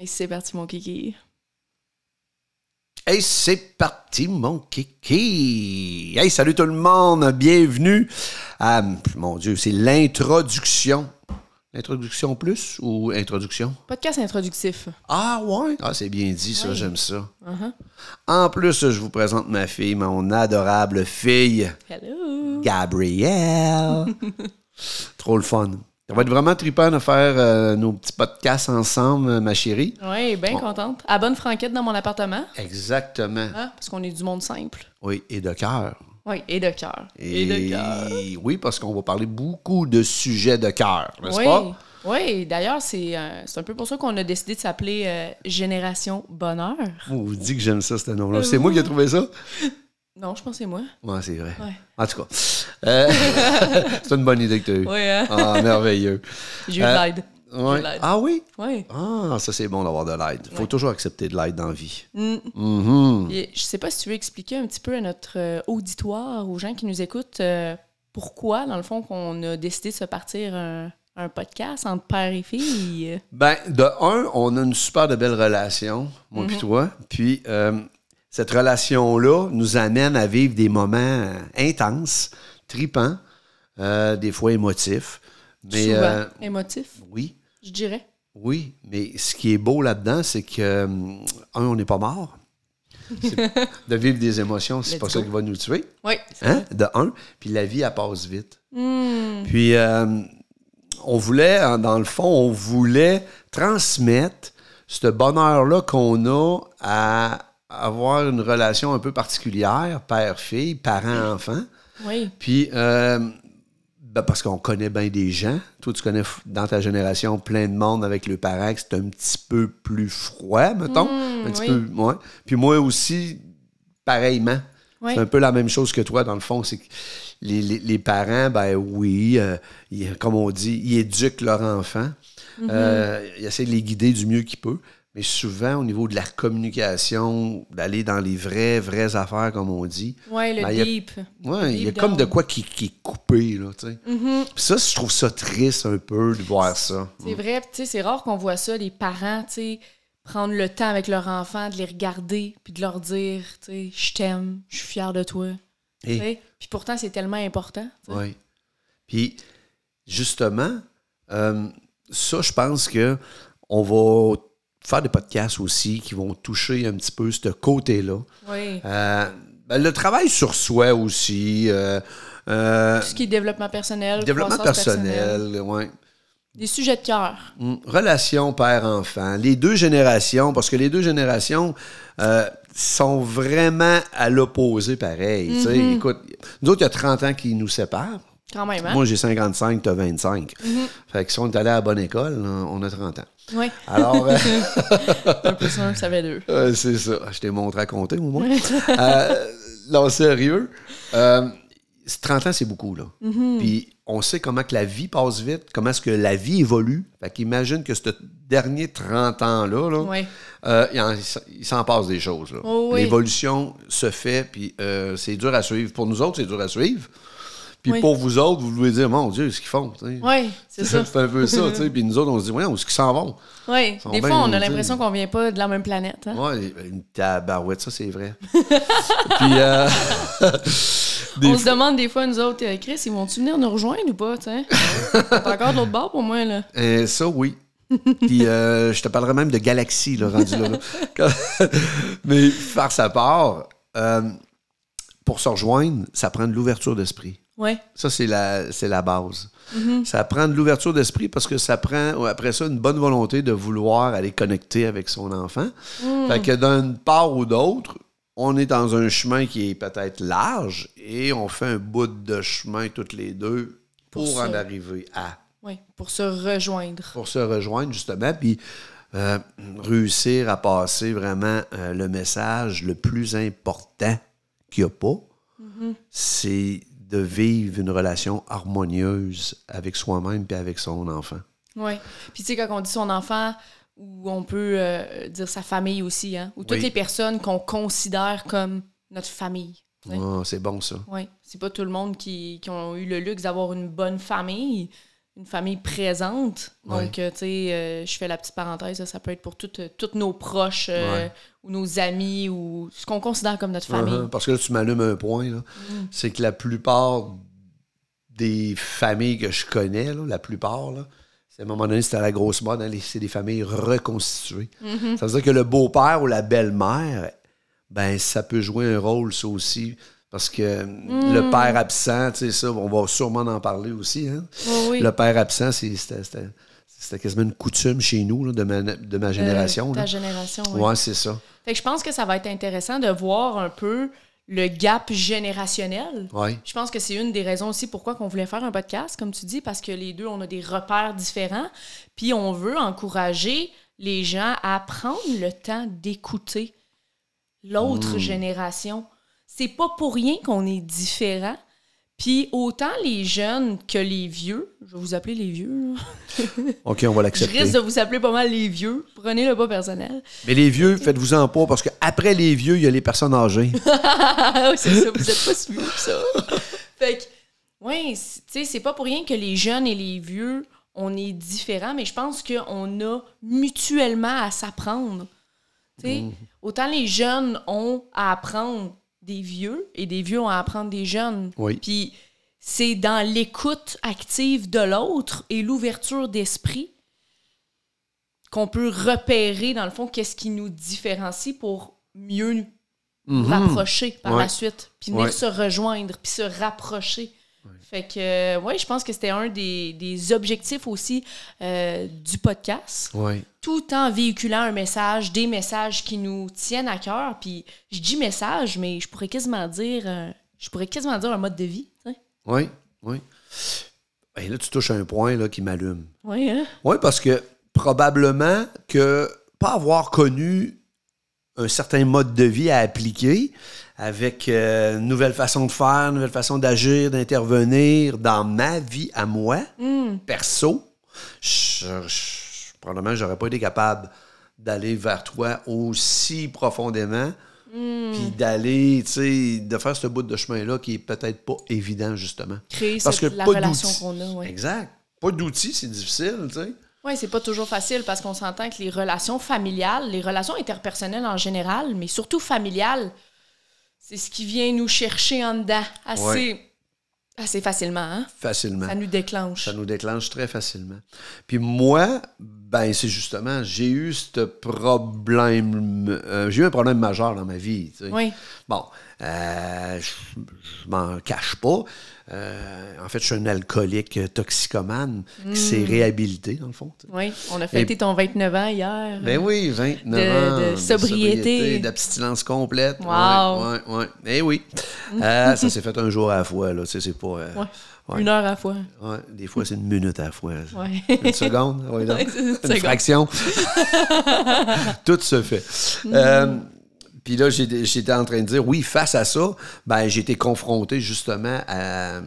Et c'est parti, mon kiki. Hey, c'est parti, mon kiki! Hey, salut tout le monde! Bienvenue à. Mon Dieu, c'est l'introduction. L'introduction plus ou introduction? Podcast introductif. Ah, ouais! Ah, c'est bien dit, ça, Oui. j'aime ça. Uh-huh. En plus, je vous présente ma fille, mon adorable fille, Hello! Gabrielle. Trop le fun. Ça va être vraiment trippant de faire euh, nos petits podcasts ensemble, euh, ma chérie. Oui, bien Bon. contente. À bonne franquette dans mon appartement. Exactement. Ah, parce qu'on est du monde simple. Oui, et de cœur. Oui, et de cœur. Oui, parce qu'on va parler beaucoup de sujets de cœur, n'est-ce Oui. pas? Oui, d'ailleurs, c'est euh, c'est un peu pour ça qu'on a décidé de s'appeler euh, Génération Bonheur. On vous dit que j'aime ça, ce nom-là. C'est moi qui ai trouvé ça? Non, je pense que c'est moi. Ouais, c'est vrai. Ouais. En tout cas, euh, c'est une bonne idée que tu as eue. Oui, hein? Ah, merveilleux. j'ai eu de Euh, l'aide. Ouais. de l'aide. Ah oui? Oui. Ah, ça, c'est bon d'avoir de l'aide. faut toujours accepter de l'aide dans la vie. Mm. Mhm. Et Je sais pas si tu veux expliquer un petit peu à notre euh, auditoire, aux gens qui nous écoutent, euh, pourquoi, dans le fond, qu'on a décidé de se partir un, un podcast entre père et fille. Ben, de un, on a une super de belle relation, moi Mhm. puis toi. Puis, euh, cette relation-là nous amène à vivre des moments euh, intenses, tripants, euh, des fois émotifs. Mais, Souvent euh, émotif, oui, je dirais. oui. Mais ce qui est beau là-dedans, c'est que, hum, un, on n'est pas mort. C'est- de vivre des émotions, c'est Let's pas ça go. qui va nous tuer. Oui. Hein? De un. Puis la vie, elle passe vite. Puis euh, on voulait, hein, dans le fond, on voulait transmettre ce bonheur-là qu'on a à avoir une relation un peu particulière, père-fille, parent-enfant. Oui. Puis, euh, ben, parce qu'on connaît bien des gens. Toi, tu connais f- dans ta génération plein de monde avec le parent que c'est un petit peu plus froid, mettons. Mm, un petit oui. peu, ouais. Puis moi aussi, pareillement. Oui. C'est un peu la même chose que toi, dans le fond. C'est que les, les- les parents, ben oui, euh, ils- comme on dit, ils éduquent leur enfant. Mmh. Euh, ils essaient de les guider du mieux qu'ils peuvent. Mais souvent, au niveau de la communication, d'aller dans les vraies, vraies affaires, comme on dit, Oui, le Ben, il y a- deep. Ouais, il y a Deep comme down. de quoi qui, qui est coupé, là, tu sais. Puis Ça, je trouve ça triste un peu de voir ça. Mm-hmm. C'est vrai, puis tu sais, c'est rare qu'on voit ça, les parents, tu sais, prendre le temps avec leur enfant, de les regarder, puis de leur dire, tu sais, je t'aime, je suis fier de toi. Et- Tu sais, Puis pourtant, c'est tellement important. tu sais. Oui. Puis, justement, euh, ça, je pense que on va faire des podcasts aussi qui vont toucher un petit peu ce côté-là. Oui. Euh, ben, le travail sur soi aussi, euh, euh, Tout ce qui est développement personnel, développement croissance personnel, ouais. Des sujets de cœur. Mm, Relation père-enfant, les deux générations, parce que les deux générations euh, sont vraiment à l'opposé pareil. tu sais. Écoute, nous autres, il y a 30 ans qui nous séparent. Quand même, hein? Moi, j'ai 55, t'as 25. Fait que si on est allé à la bonne école, on a 30 ans. Oui. Alors, euh, Un plus un, ça fait deux. Euh, c'est ça. Je t'ai montré à compter, au moins. Euh, non, sérieux. euh, c'est- 30 ans, c'est beaucoup, là. Mm-hmm. Puis on sait comment que la vie passe vite, comment est-ce que la vie évolue. Fait qu'imagine que ce dernier 30 ans-là, là, Oui. euh, il, en- il s'en- il s'en passe des choses. là. Oh oui. L'évolution se fait, puis euh, c'est dur à suivre. Pour nous autres, c'est dur à suivre. Puis Oui. pour vous autres, vous devez dire, mon Dieu, ce qu'ils font. tu sais. Oui, c'est ça. Mm-hmm. C'est un peu ça, tu sais. Puis nous autres, on se dit, voyons, où est-ce qu'ils s'en vont? Oui. sont Des bien fois, on losés. a l'impression qu'on vient pas de la même planète. hein. Ouais, ben, une tabarouette, ça c'est vrai. Puis euh, des on se demande des fois, nous autres, euh, Chris, ils vont-tu venir nous rejoindre ou pas, tu sais? T'as encore de l'autre bord pour moi, là. fois- euh, ça oui. Puis euh, je te parlerai même de galaxie là, rendu là. là. Quand- Mais par sa part, euh, pour se rejoindre, ça prend de l'ouverture d'esprit. Oui. Ça c'est la c'est la base. Ça prend de l'ouverture d'esprit parce que ça prend après ça une bonne volonté de vouloir aller connecter avec son enfant. Fait que d'une part ou d'autre, on est dans un chemin qui est peut-être large et on fait un bout de chemin toutes les deux pour, Pour en se- arriver à. Oui. Pour se rejoindre. Pour se rejoindre, justement, puis euh, réussir à passer vraiment euh, le message le plus important qu'il n'y a pas, c'est de vivre une relation harmonieuse avec soi-même et avec son enfant. Oui. Puis, tu sais, quand on dit son enfant, ou on peut euh, dire sa famille aussi, hein? Ou toutes Oui. les personnes qu'on considère comme notre famille. tu sais. Ah, c'est bon, ça. Oui, c'est pas tout le monde qui, qui ont eu le luxe d'avoir une bonne famille, une famille présente. Ouais. Donc, euh, tu sais, euh, je fais la petite parenthèse, là, ça peut être pour toutes euh, toutes nos proches euh, Ouais. ou nos amis ou ce qu'on considère comme notre famille. Mm. Uh-huh, Parce que là, tu m'allumes un point. là. C'est que la plupart des familles que je connais, là, la plupart, là, c'est à un moment donné, c'était à la grosse mode, hein, les- c'est des familles reconstituées. Mm-hmm. Ça veut dire que le beau-père ou la belle-mère, ben ça peut jouer un rôle, ça aussi. Parce que Mm. le père absent, tu sais, ça, on va sûrement en parler aussi. hein. Oh Oui, oui. Le père absent, c'est- c'était c'était- c'était quasiment une coutume chez nous, là, de, ma, de ma génération. Euh, ta là. génération, oui. Ouais, c'est ça. Fait que je pense que ça va être intéressant de voir un peu le gap générationnel. Ouais. Je pense que c'est une des raisons aussi pourquoi qu'on voulait faire un podcast, comme tu dis, parce que les deux, on a des repères différents, puis on veut encourager les gens à prendre le temps d'écouter Mm. l'autre génération. C'est pas pour rien qu'on est différent. Puis autant les jeunes que les vieux, je vais vous appeler les vieux, là. OK, on je va l'accepter. risque de vous appeler pas mal les vieux, prenez-le pas personnel. Mais les vieux, faites-vous-en pas, parce qu'après les vieux, il y a les personnes âgées. Ah oui, c'est ça, vous êtes pas si vieux que ça. fait que, oui, tu sais, c'est pas pour rien que les jeunes et les vieux, on est différents, mais je pense qu'on a mutuellement à s'apprendre. Tu sais, autant les jeunes ont à apprendre des vieux et des vieux ont à apprendre des jeunes. Oui. Puis c'est dans l'écoute active de l'autre et l'ouverture d'esprit qu'on peut repérer, dans le fond, qu'est-ce qui nous différencie pour mieux Mhm. rapprocher par Ouais. la suite, puis venir Ouais. se rejoindre, puis se rapprocher. Fait que, oui, je pense que c'était un des, des objectifs aussi euh, du podcast, Oui. tout en véhiculant un message, des messages qui nous tiennent à cœur. Puis je dis message, mais je pourrais quasiment dire, euh, je pourrais quasiment dire un mode de vie. Oui. Oui. Et là, tu touches un point là, qui m'allume. Oui, hein? Oui, parce que probablement que pas avoir connu un certain mode de vie à appliquer avec euh, une nouvelle façon de faire, une nouvelle façon d'agir, d'intervenir dans ma vie à moi, perso, je, je- probablement j'aurais pas été capable d'aller vers toi aussi profondément, puis d'aller, tu sais, de faire ce bout de chemin-là qui est peut-être pas évident, justement. Créer Parce cette- que la pas relation d'outils. qu'on a. Oui, Exact. Pas d'outils, c'est difficile, tu sais. Oui, c'est pas toujours facile parce qu'on s'entend que les relations familiales, les relations interpersonnelles en général, mais surtout familiales, c'est ce qui vient nous chercher en dedans assez, Ouais. assez facilement. hein? Facilement. Ça nous déclenche. Ça nous déclenche très facilement. Puis moi, ben c'est justement, j'ai eu ce problème, euh, j'ai eu un problème majeur dans ma vie. tu sais. Oui. Bon, euh, je, je m'en cache pas. Euh, en fait, je suis un alcoolique toxicomane Mm. qui s'est réhabilité, dans le fond. tu sais. Oui, on a fêté ton 29 ans hier. Ben oui, 29 De- de ans. sobriété. D'abstinence complète. Wow. Ouais, ouais, ouais. Eh oui. Euh, ça s'est fait un jour à la fois, là. Tu sais, c'est pas. euh, Ouais. ouais. Une heure à la fois. Ouais, des fois, c'est une minute à la fois. Ouais. Une seconde, oui, donc. Ouais, c'est une une seconde. fraction. Tout se fait. Mhm. Euh, Puis là, j'ai- j'étais en train de dire, oui, face à ça, ben, j'ai été confronté justement à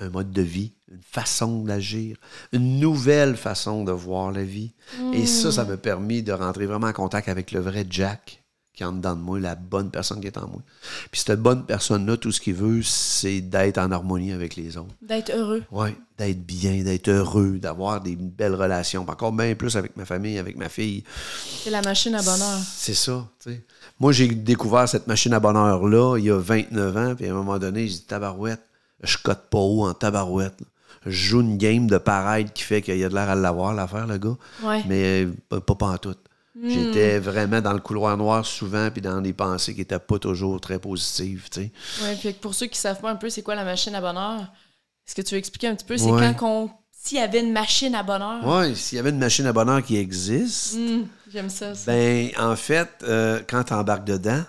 un mode de vie, une façon d'agir, une nouvelle façon de voir la vie. Mhm. Et ça, ça m'a permis de rentrer vraiment en contact avec le vrai Jack qui est en dedans de moi, la bonne personne qui est en moi. Puis cette bonne personne-là, tout ce qu'il veut, c'est d'être en harmonie avec les autres. D'être heureux. Oui, d'être bien, d'être heureux, d'avoir des belles relations, puis encore bien plus avec ma famille, avec ma fille. C'est la machine à bonheur. C'est ça, tu sais. Moi, j'ai découvert cette machine à bonheur-là il y a 29 ans, puis à un moment donné, j'ai dit tabarouette, je cote pas haut en tabarouette. là. Je joue une game de parade qui fait qu'il y a de l'air à l'avoir, l'affaire, le gars. Ouais. Mais euh, pas, pas pantoute. J'étais vraiment dans le couloir noir souvent, puis dans des pensées qui n'étaient pas toujours très positives, tu sais. Ouais, puis pour ceux qui savent pas un peu c'est quoi la machine à bonheur, est-ce que tu veux expliquer un petit peu? C'est Ouais. quand qu'on. S'il y avait une machine à bonheur. Oui, s'il y avait une machine à bonheur qui existe, Hmm, J'aime ça. ça. Ben, en fait, euh, quand tu embarques dedans,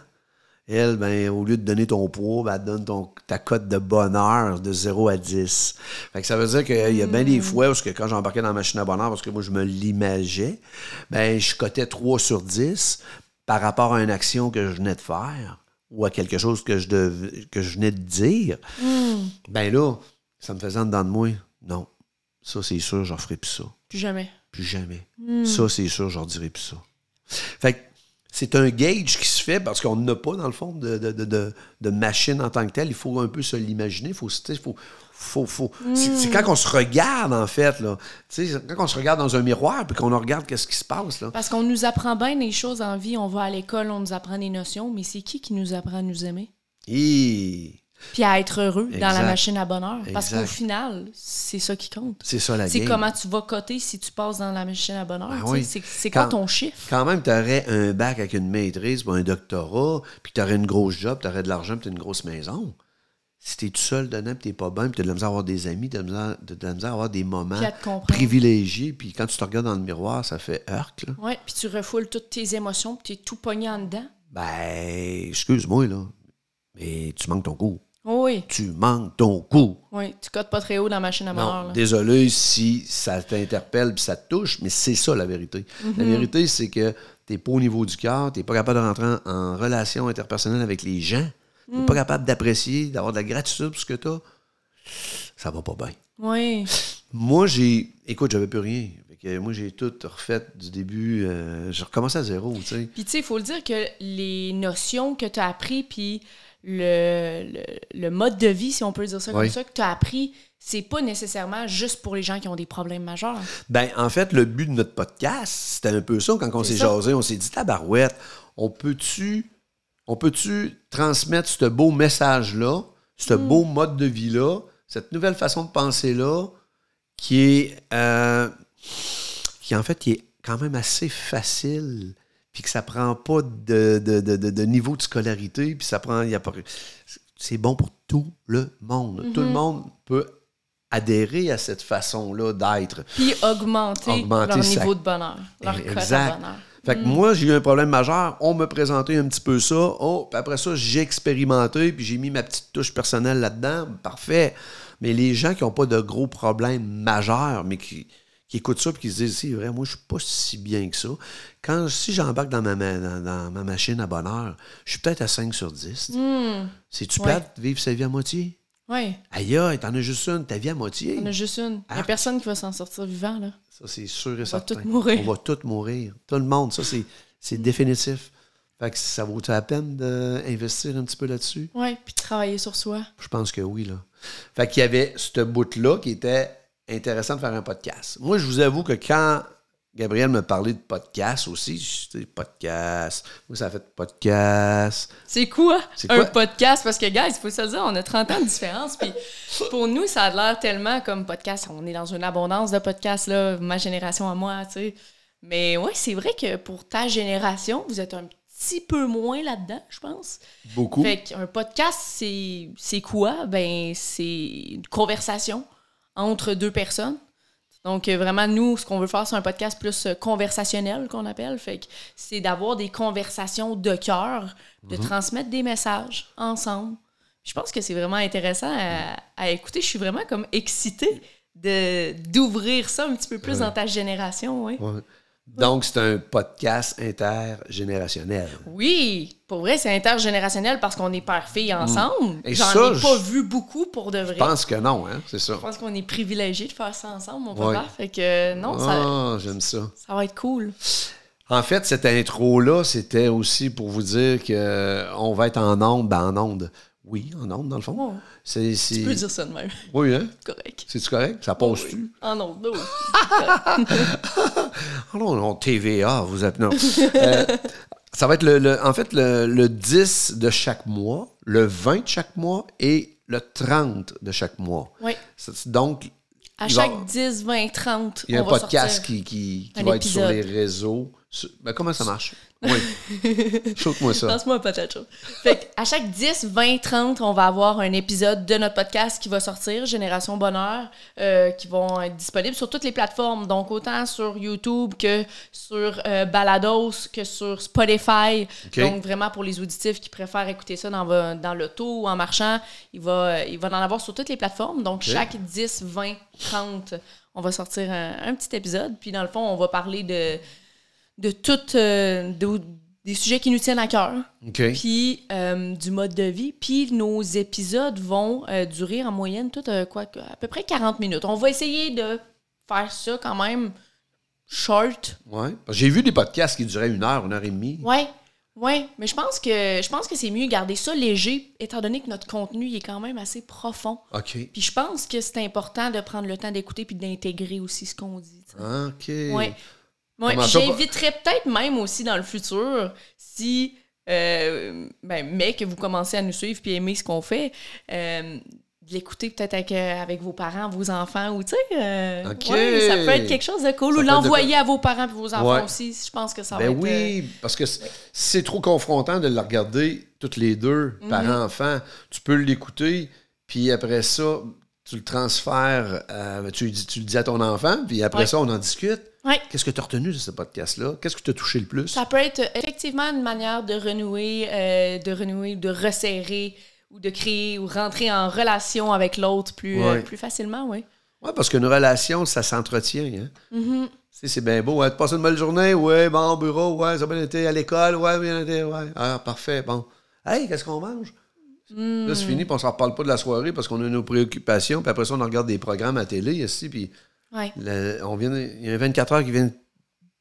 elle, ben, au lieu de donner ton poids, ben, elle te donne ton, ta cote de bonheur de 0 à 10. Fait que ça veut dire qu'il y a bien des fois où, ce que quand j'embarquais dans la machine à bonheur, parce que moi, je me l'imageais, ben, je cotais 3 sur 10 par rapport à une action que je venais de faire ou à quelque chose que je, dev- que je venais de dire. Ben là, ça me faisait en dedans de moi. Non, ça, c'est sûr, j'en ferai plus ça. Plus jamais. Plus jamais. Ça, c'est sûr, j'en dirai plus ça. Fait que c'est un gauge qui se fait parce qu'on n'a pas, dans le fond, de, de, de, de machine en tant que telle. Il faut un peu se l'imaginer. Faut, faut, faut, faut, mm. C'est quand on se regarde, en fait. Là. T'sais, quand on se regarde dans un miroir puis qu'on regarde qu'est-ce qui se passe. Là. Parce qu'on nous apprend bien des choses en vie. On va à l'école, on nous apprend des notions, mais c'est qui qui nous apprend à nous aimer? Et... Puis à être heureux exact. dans la machine à bonheur. Parce qu'au final, c'est ça qui compte. C'est ça la C'est comment tu vas coter si tu passes dans la machine à bonheur. Ben oui. C'est quoi ton chiffre? Quand même, tu aurais un bac avec une maîtrise ou un doctorat, puis tu aurais une grosse job, tu aurais de l'argent, puis tu une grosse maison. Si t'es tout seul dedans, puis t'es pas bien, puis t'as de la misère à avoir des amis, t'as de, de la misère à avoir des moments privilégiés, puis quand tu te regardes dans le miroir, ça fait heurte. Oui, puis tu refoules toutes tes émotions, puis t'es tout pogné en dedans. Ben, excuse-moi, là, mais tu manques ton coup. Oui. Tu manques ton coup. Oui, tu cotes pas très haut dans la machine à bonheur. désolé si ça t'interpelle puis ça te touche, mais c'est ça la vérité. Mm -hmm. La vérité, c'est que t'es pas au niveau du cœur, t'es pas capable de rentrer en, en relation interpersonnelle avec les gens, t'es mm. pas capable d'apprécier, d'avoir de la gratitude pour ce que t'as. Ça va pas bien. Oui. Moi, j'ai. Écoute, j'avais plus rien. moi, j'ai tout refait du début. Euh, je recommençais à zéro, tu sais. Puis, tu sais, il faut le dire que les notions que tu as appris, puis. Le, le, le, mode de vie, si on peut dire ça comme oui. ça, que tu as appris, c'est pas nécessairement juste pour les gens qui ont des problèmes majeurs. hein. Ben, en fait, le but de notre podcast, c'était un peu ça. Quand on s'est jasé, on s'est dit, tabarouette, on peut-tu on peut-tu transmettre ce beau message-là, ce mm. beau mode de vie-là, cette nouvelle façon de penser-là, qui est euh, qui en fait qui est quand même assez facile puis que ça prend pas de, de, de, de, niveau de scolarité, puis ça prend. Y a pas, c'est bon pour tout le monde. Mm -hmm. Tout le monde peut adhérer à cette façon-là d'être. Puis augmenter, augmenter, leur niveau sa... de bonheur, leur exact. De bonheur. Fait que mm. moi, j'ai eu un problème majeur. On me présentait un petit peu ça. Oh, puis après ça, j'ai expérimenté, puis j'ai mis ma petite touche personnelle là-dedans. Parfait. Mais les gens qui n'ont pas de gros problèmes majeurs, mais qui, qui écoutent ça et qui se disent c'est vrai, moi, je suis pas si bien que ça. Quand, si j'embarque dans ma, dans, dans, ma machine à bonheur, je suis peut-être à 5 sur 10. Mmh. C'est-tu plate Mm. ouais. vivre sa vie à moitié? Oui. Aïe, aïe, t'en as juste une, ta vie à moitié. T'en as juste une. Il n'y a personne qui va s'en sortir vivant, là. Ça, c'est sûr et On certain. On va tous mourir. On va tous mourir. Tout le monde, ça, c'est définitif. Fait que ça vaut la peine d'investir un petit peu là-dessus? Oui, puis de travailler sur soi. Je pense que oui, là. Fait qu'il y avait ce bout-là qui était intéressant de faire un podcast. Moi, je vous avoue que quand Gabriel me parlait de podcast aussi, je dis podcast, moi ça a fait podcast. C'est quoi, quoi, un podcast? Parce que, guys, il faut se le dire, on a 30 ans de différence. Puis pour nous, ça a l'air tellement comme podcast. On est dans une abondance de podcasts, là, ma génération à moi, tu sais. Mais ouais, c'est vrai que pour ta génération, vous êtes un petit peu moins là-dedans, je pense. Beaucoup. Fait qu'un podcast, c'est quoi? Ben, c'est une conversation entre deux personnes. Donc, euh, vraiment, nous, ce qu'on veut faire, c'est un podcast plus euh, conversationnel qu'on appelle. Fait que c'est d'avoir des conversations de cœur, de mm -hmm. transmettre des messages ensemble. Je pense que c'est vraiment intéressant à, à, écouter. Je suis vraiment comme excitée de, d'ouvrir ça un petit peu plus ouais. dans ta génération. Oui. Ouais. Donc, c'est un podcast intergénérationnel. Oui, pour vrai, c'est intergénérationnel parce qu'on est père-fille ensemble. J'en ai pas vu beaucoup pour de vrai. Je pense que non, hein, c'est ça. Je pense qu'on est privilégié de faire ça ensemble, mon papa. Oui. Fait que euh, non, oh, ça. j'aime ça. Ça va être cool. En fait, cette intro-là, c'était aussi pour vous dire qu'on va être en onde, ben en onde. Oui, en onde, dans le fond. Oh. C'est, Tu peux dire ça de même. Oui, hein? Correct. C'est-tu correct? Ça passe-tu? Oui. En onde, oui. oh non, non, TVA, vous êtes... Non. euh, ça va être, le, le en fait, le, le, 10 de chaque mois, le 20 de chaque mois et le 30 de chaque mois. Oui. donc... À chaque va, 10, 20, 30, Il y a on un va podcast qui, qui, qui va épisode. être sur les réseaux. Ben, comment ça marche? Oui. Chaude-moi ça. Lance-moi un patate chaude. Fait à chaque 10, 20, 30, on va avoir un épisode de notre podcast qui va sortir, Génération Bonheur, euh, qui vont être disponibles sur toutes les plateformes. Donc, autant sur YouTube que sur euh, Balados, que sur Spotify. Okay. Donc, vraiment pour les auditifs qui préfèrent écouter ça dans, dans l'auto ou en marchant, il va, euh, il va en avoir sur toutes les plateformes. Donc, okay. chaque 10, 20, 30, on va sortir un, un petit épisode. Puis, dans le fond, on va parler de de toutes euh, de, des sujets qui nous tiennent à cœur. Okay. Puis euh, du mode de vie. Puis nos épisodes vont euh, durer en moyenne tout euh, quoi, à peu près 40 minutes. On va essayer de faire ça quand même short. Oui. J'ai vu des podcasts qui duraient une heure, une heure et demie. Oui. Oui, mais je pense que je pense que c'est mieux garder ça léger, étant donné que notre contenu il est quand même assez profond. OK. Puis je pense que c'est important de prendre le temps d'écouter puis d'intégrer aussi ce qu'on dit. t'sais. OK. Ouais. Ouais, Comment ça, pas- J'inviterais peut-être même aussi dans le futur, si, euh, ben, mais que vous commencez à nous suivre puis aimer ce qu'on fait, euh, de l'écouter peut-être avec, euh, avec vos parents, vos enfants, ou tu sais, euh, Ok. ouais, ça peut être quelque chose de cool, ou Ça peut être de l'envoyer à vos parents et vos enfants Ouais. aussi, je pense que ça va Ben être... euh, oui, parce que c- c'est trop confrontant de le regarder toutes les deux, Mhm. parents, enfants. Tu peux l'écouter, puis après ça, tu le transfères, à- ben, tu, le dis- tu le dis à ton enfant, puis après Ouais. ça, on en discute. Ouais. Qu'est-ce que tu as retenu de ce podcast-là? Qu'est-ce que tu as touché le plus? Ça peut être euh, effectivement une manière de renouer, euh, de renouer, de resserrer ou de créer ou rentrer en relation avec l'autre plus, euh, Ouais. plus facilement, oui. Oui, parce qu'une relation, ça s'entretient. Hein? Tu sais, C'est bien beau. Hein? Tu passes une bonne journée? Oui, bon, au bureau, ouais, ça a bien été. À l'école, ouais, bien été, ouais. Ah, parfait, bon. Hey, qu'est-ce qu'on mange? Mm. Là, Hmm. c'est fini, puis on s'en reparle pas de la soirée parce qu'on a nos préoccupations, puis après ça, on regarde des programmes à télé, ici, puis Ouais. le- on vient, il y a 24 heures qui viennent,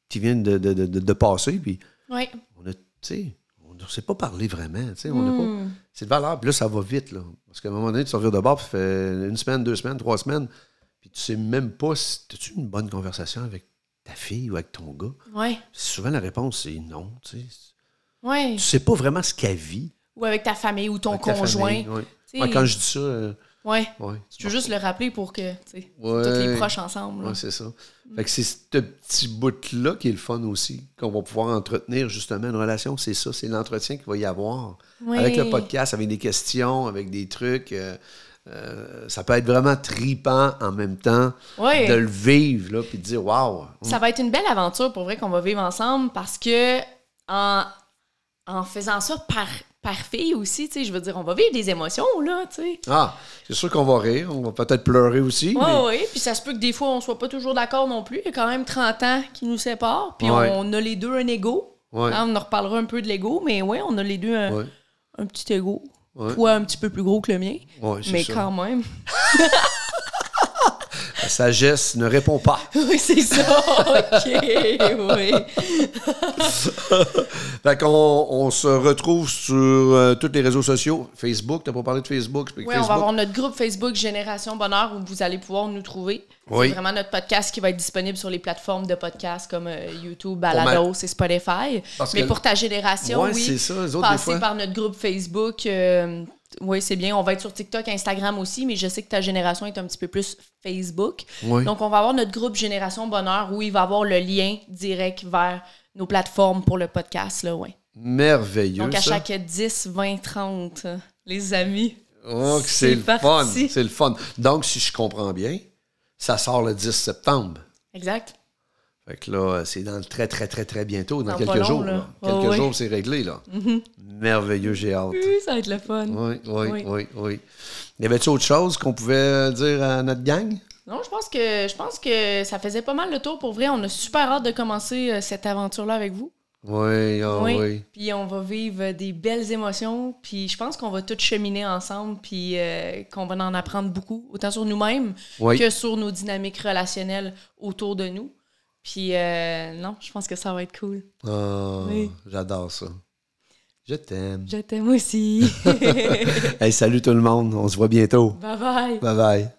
qui viennent de, de- de- de passer, puis Ouais. on a, tu sais, on ne s'est pas parlé vraiment, tu sais, on n'a Hmm. pas... C'est de valeur, puis là, ça va vite, là. Parce qu'à un moment donné, tu reviens de bord, puis ça fait une semaine, deux semaines, trois semaines, puis tu sais même pas si as-tu une bonne conversation avec ta fille ou avec ton gars. Ouais. Souvent, la réponse, c'est non, tu sais. Ouais. Tu sais pas vraiment ce qu'elle vit. Ou avec ta famille ou ton avec ta conjoint. famille, ouais. Tu sais. Ouais, quand je dis ça, euh, Ouais. ouais. Je veux juste le rappeler pour que, tu sais, Ouais. tous les proches ensemble. là. Ouais, c'est ça. Mm. Fait que c'est ce petit bout-là qui est le fun aussi, qu'on va pouvoir entretenir justement une relation. C'est ça, c'est l'entretien qu'il va y avoir. Oui. Avec le podcast, avec des questions, avec des trucs. euh, euh, ça peut être vraiment tripant en même temps Ouais. de le vivre, là, puis de dire waouh. Ça va être une belle aventure pour vrai qu'on va vivre ensemble parce que en, en faisant ça par, par fille aussi, tu sais, je veux dire, on va vivre des émotions, là, tu sais. Ah, c'est sûr qu'on va rire, on va peut-être pleurer aussi. Oui, mais- oui. Puis ça se peut que des fois, on soit pas toujours d'accord non plus. Il y a quand même 30 ans qui nous séparent. Puis Ouais. on a les deux un ego. Ouais. Hein, on en reparlera un peu de l'ego, mais ouais, on a les deux un, Ouais. un petit ego. Ouais. Toi, un petit peu plus gros que le mien. Ouais, c'est mais ça. quand même. La sagesse ne répond pas. oui, c'est ça. OK. oui. Fait qu'on on se retrouve sur euh, tous les réseaux sociaux. Facebook, t'as pas parlé de Facebook. c'est que Ouais, on Facebook, va avoir notre groupe Facebook Génération Bonheur où vous allez pouvoir nous trouver. Oui. C'est vraiment notre podcast qui va être disponible sur les plateformes de podcasts comme euh, YouTube, ma- Balados et Spotify. Parce Mais que- pour ta génération, Ouais, oui, c'est ça, les autres, des fois. passer par notre groupe Facebook. euh, oui, c'est bien. On va être sur TikTok, Instagram aussi, mais je sais que ta génération est un petit peu plus Facebook. Oui. Donc, on va avoir notre groupe Génération Bonheur où il va avoir le lien direct vers nos plateformes pour le podcast. Là, ouais. merveilleux. Donc, à ça. chaque 10, 20, 30, euh, les amis. Oh, que C'est c'est le fun. parti. C'est le fun. Donc, si je comprends bien, ça sort le 10 septembre. Exact. Fait que là, c'est dans le très, très, très, très bientôt, dans, Dans pas quelques long, jours. là. là. Ouais, Quelques ouais. jours, c'est réglé, là. Merveilleux, j'ai hâte. Oui, ça va être le fun. Oui, oui, Oui. oui, oui. Y avait-tu autre chose qu'on pouvait dire à notre gang? Non, je pense que je pense que ça faisait pas mal le tour pour vrai. On a super hâte de commencer euh, cette aventure-là avec vous. Oui, ah oui. Puis on va vivre des belles émotions. Puis je pense qu'on va toutes cheminer ensemble. Puis euh, qu'on va en apprendre beaucoup, autant sur nous-mêmes Oui. que sur nos dynamiques relationnelles autour de nous. Puis euh, non, je pense que ça va être cool. Ah, Oui. J'adore ça. Je t'aime. Je t'aime aussi. Hey, salut tout le monde. On se voit bientôt. bye bye. Bye bye.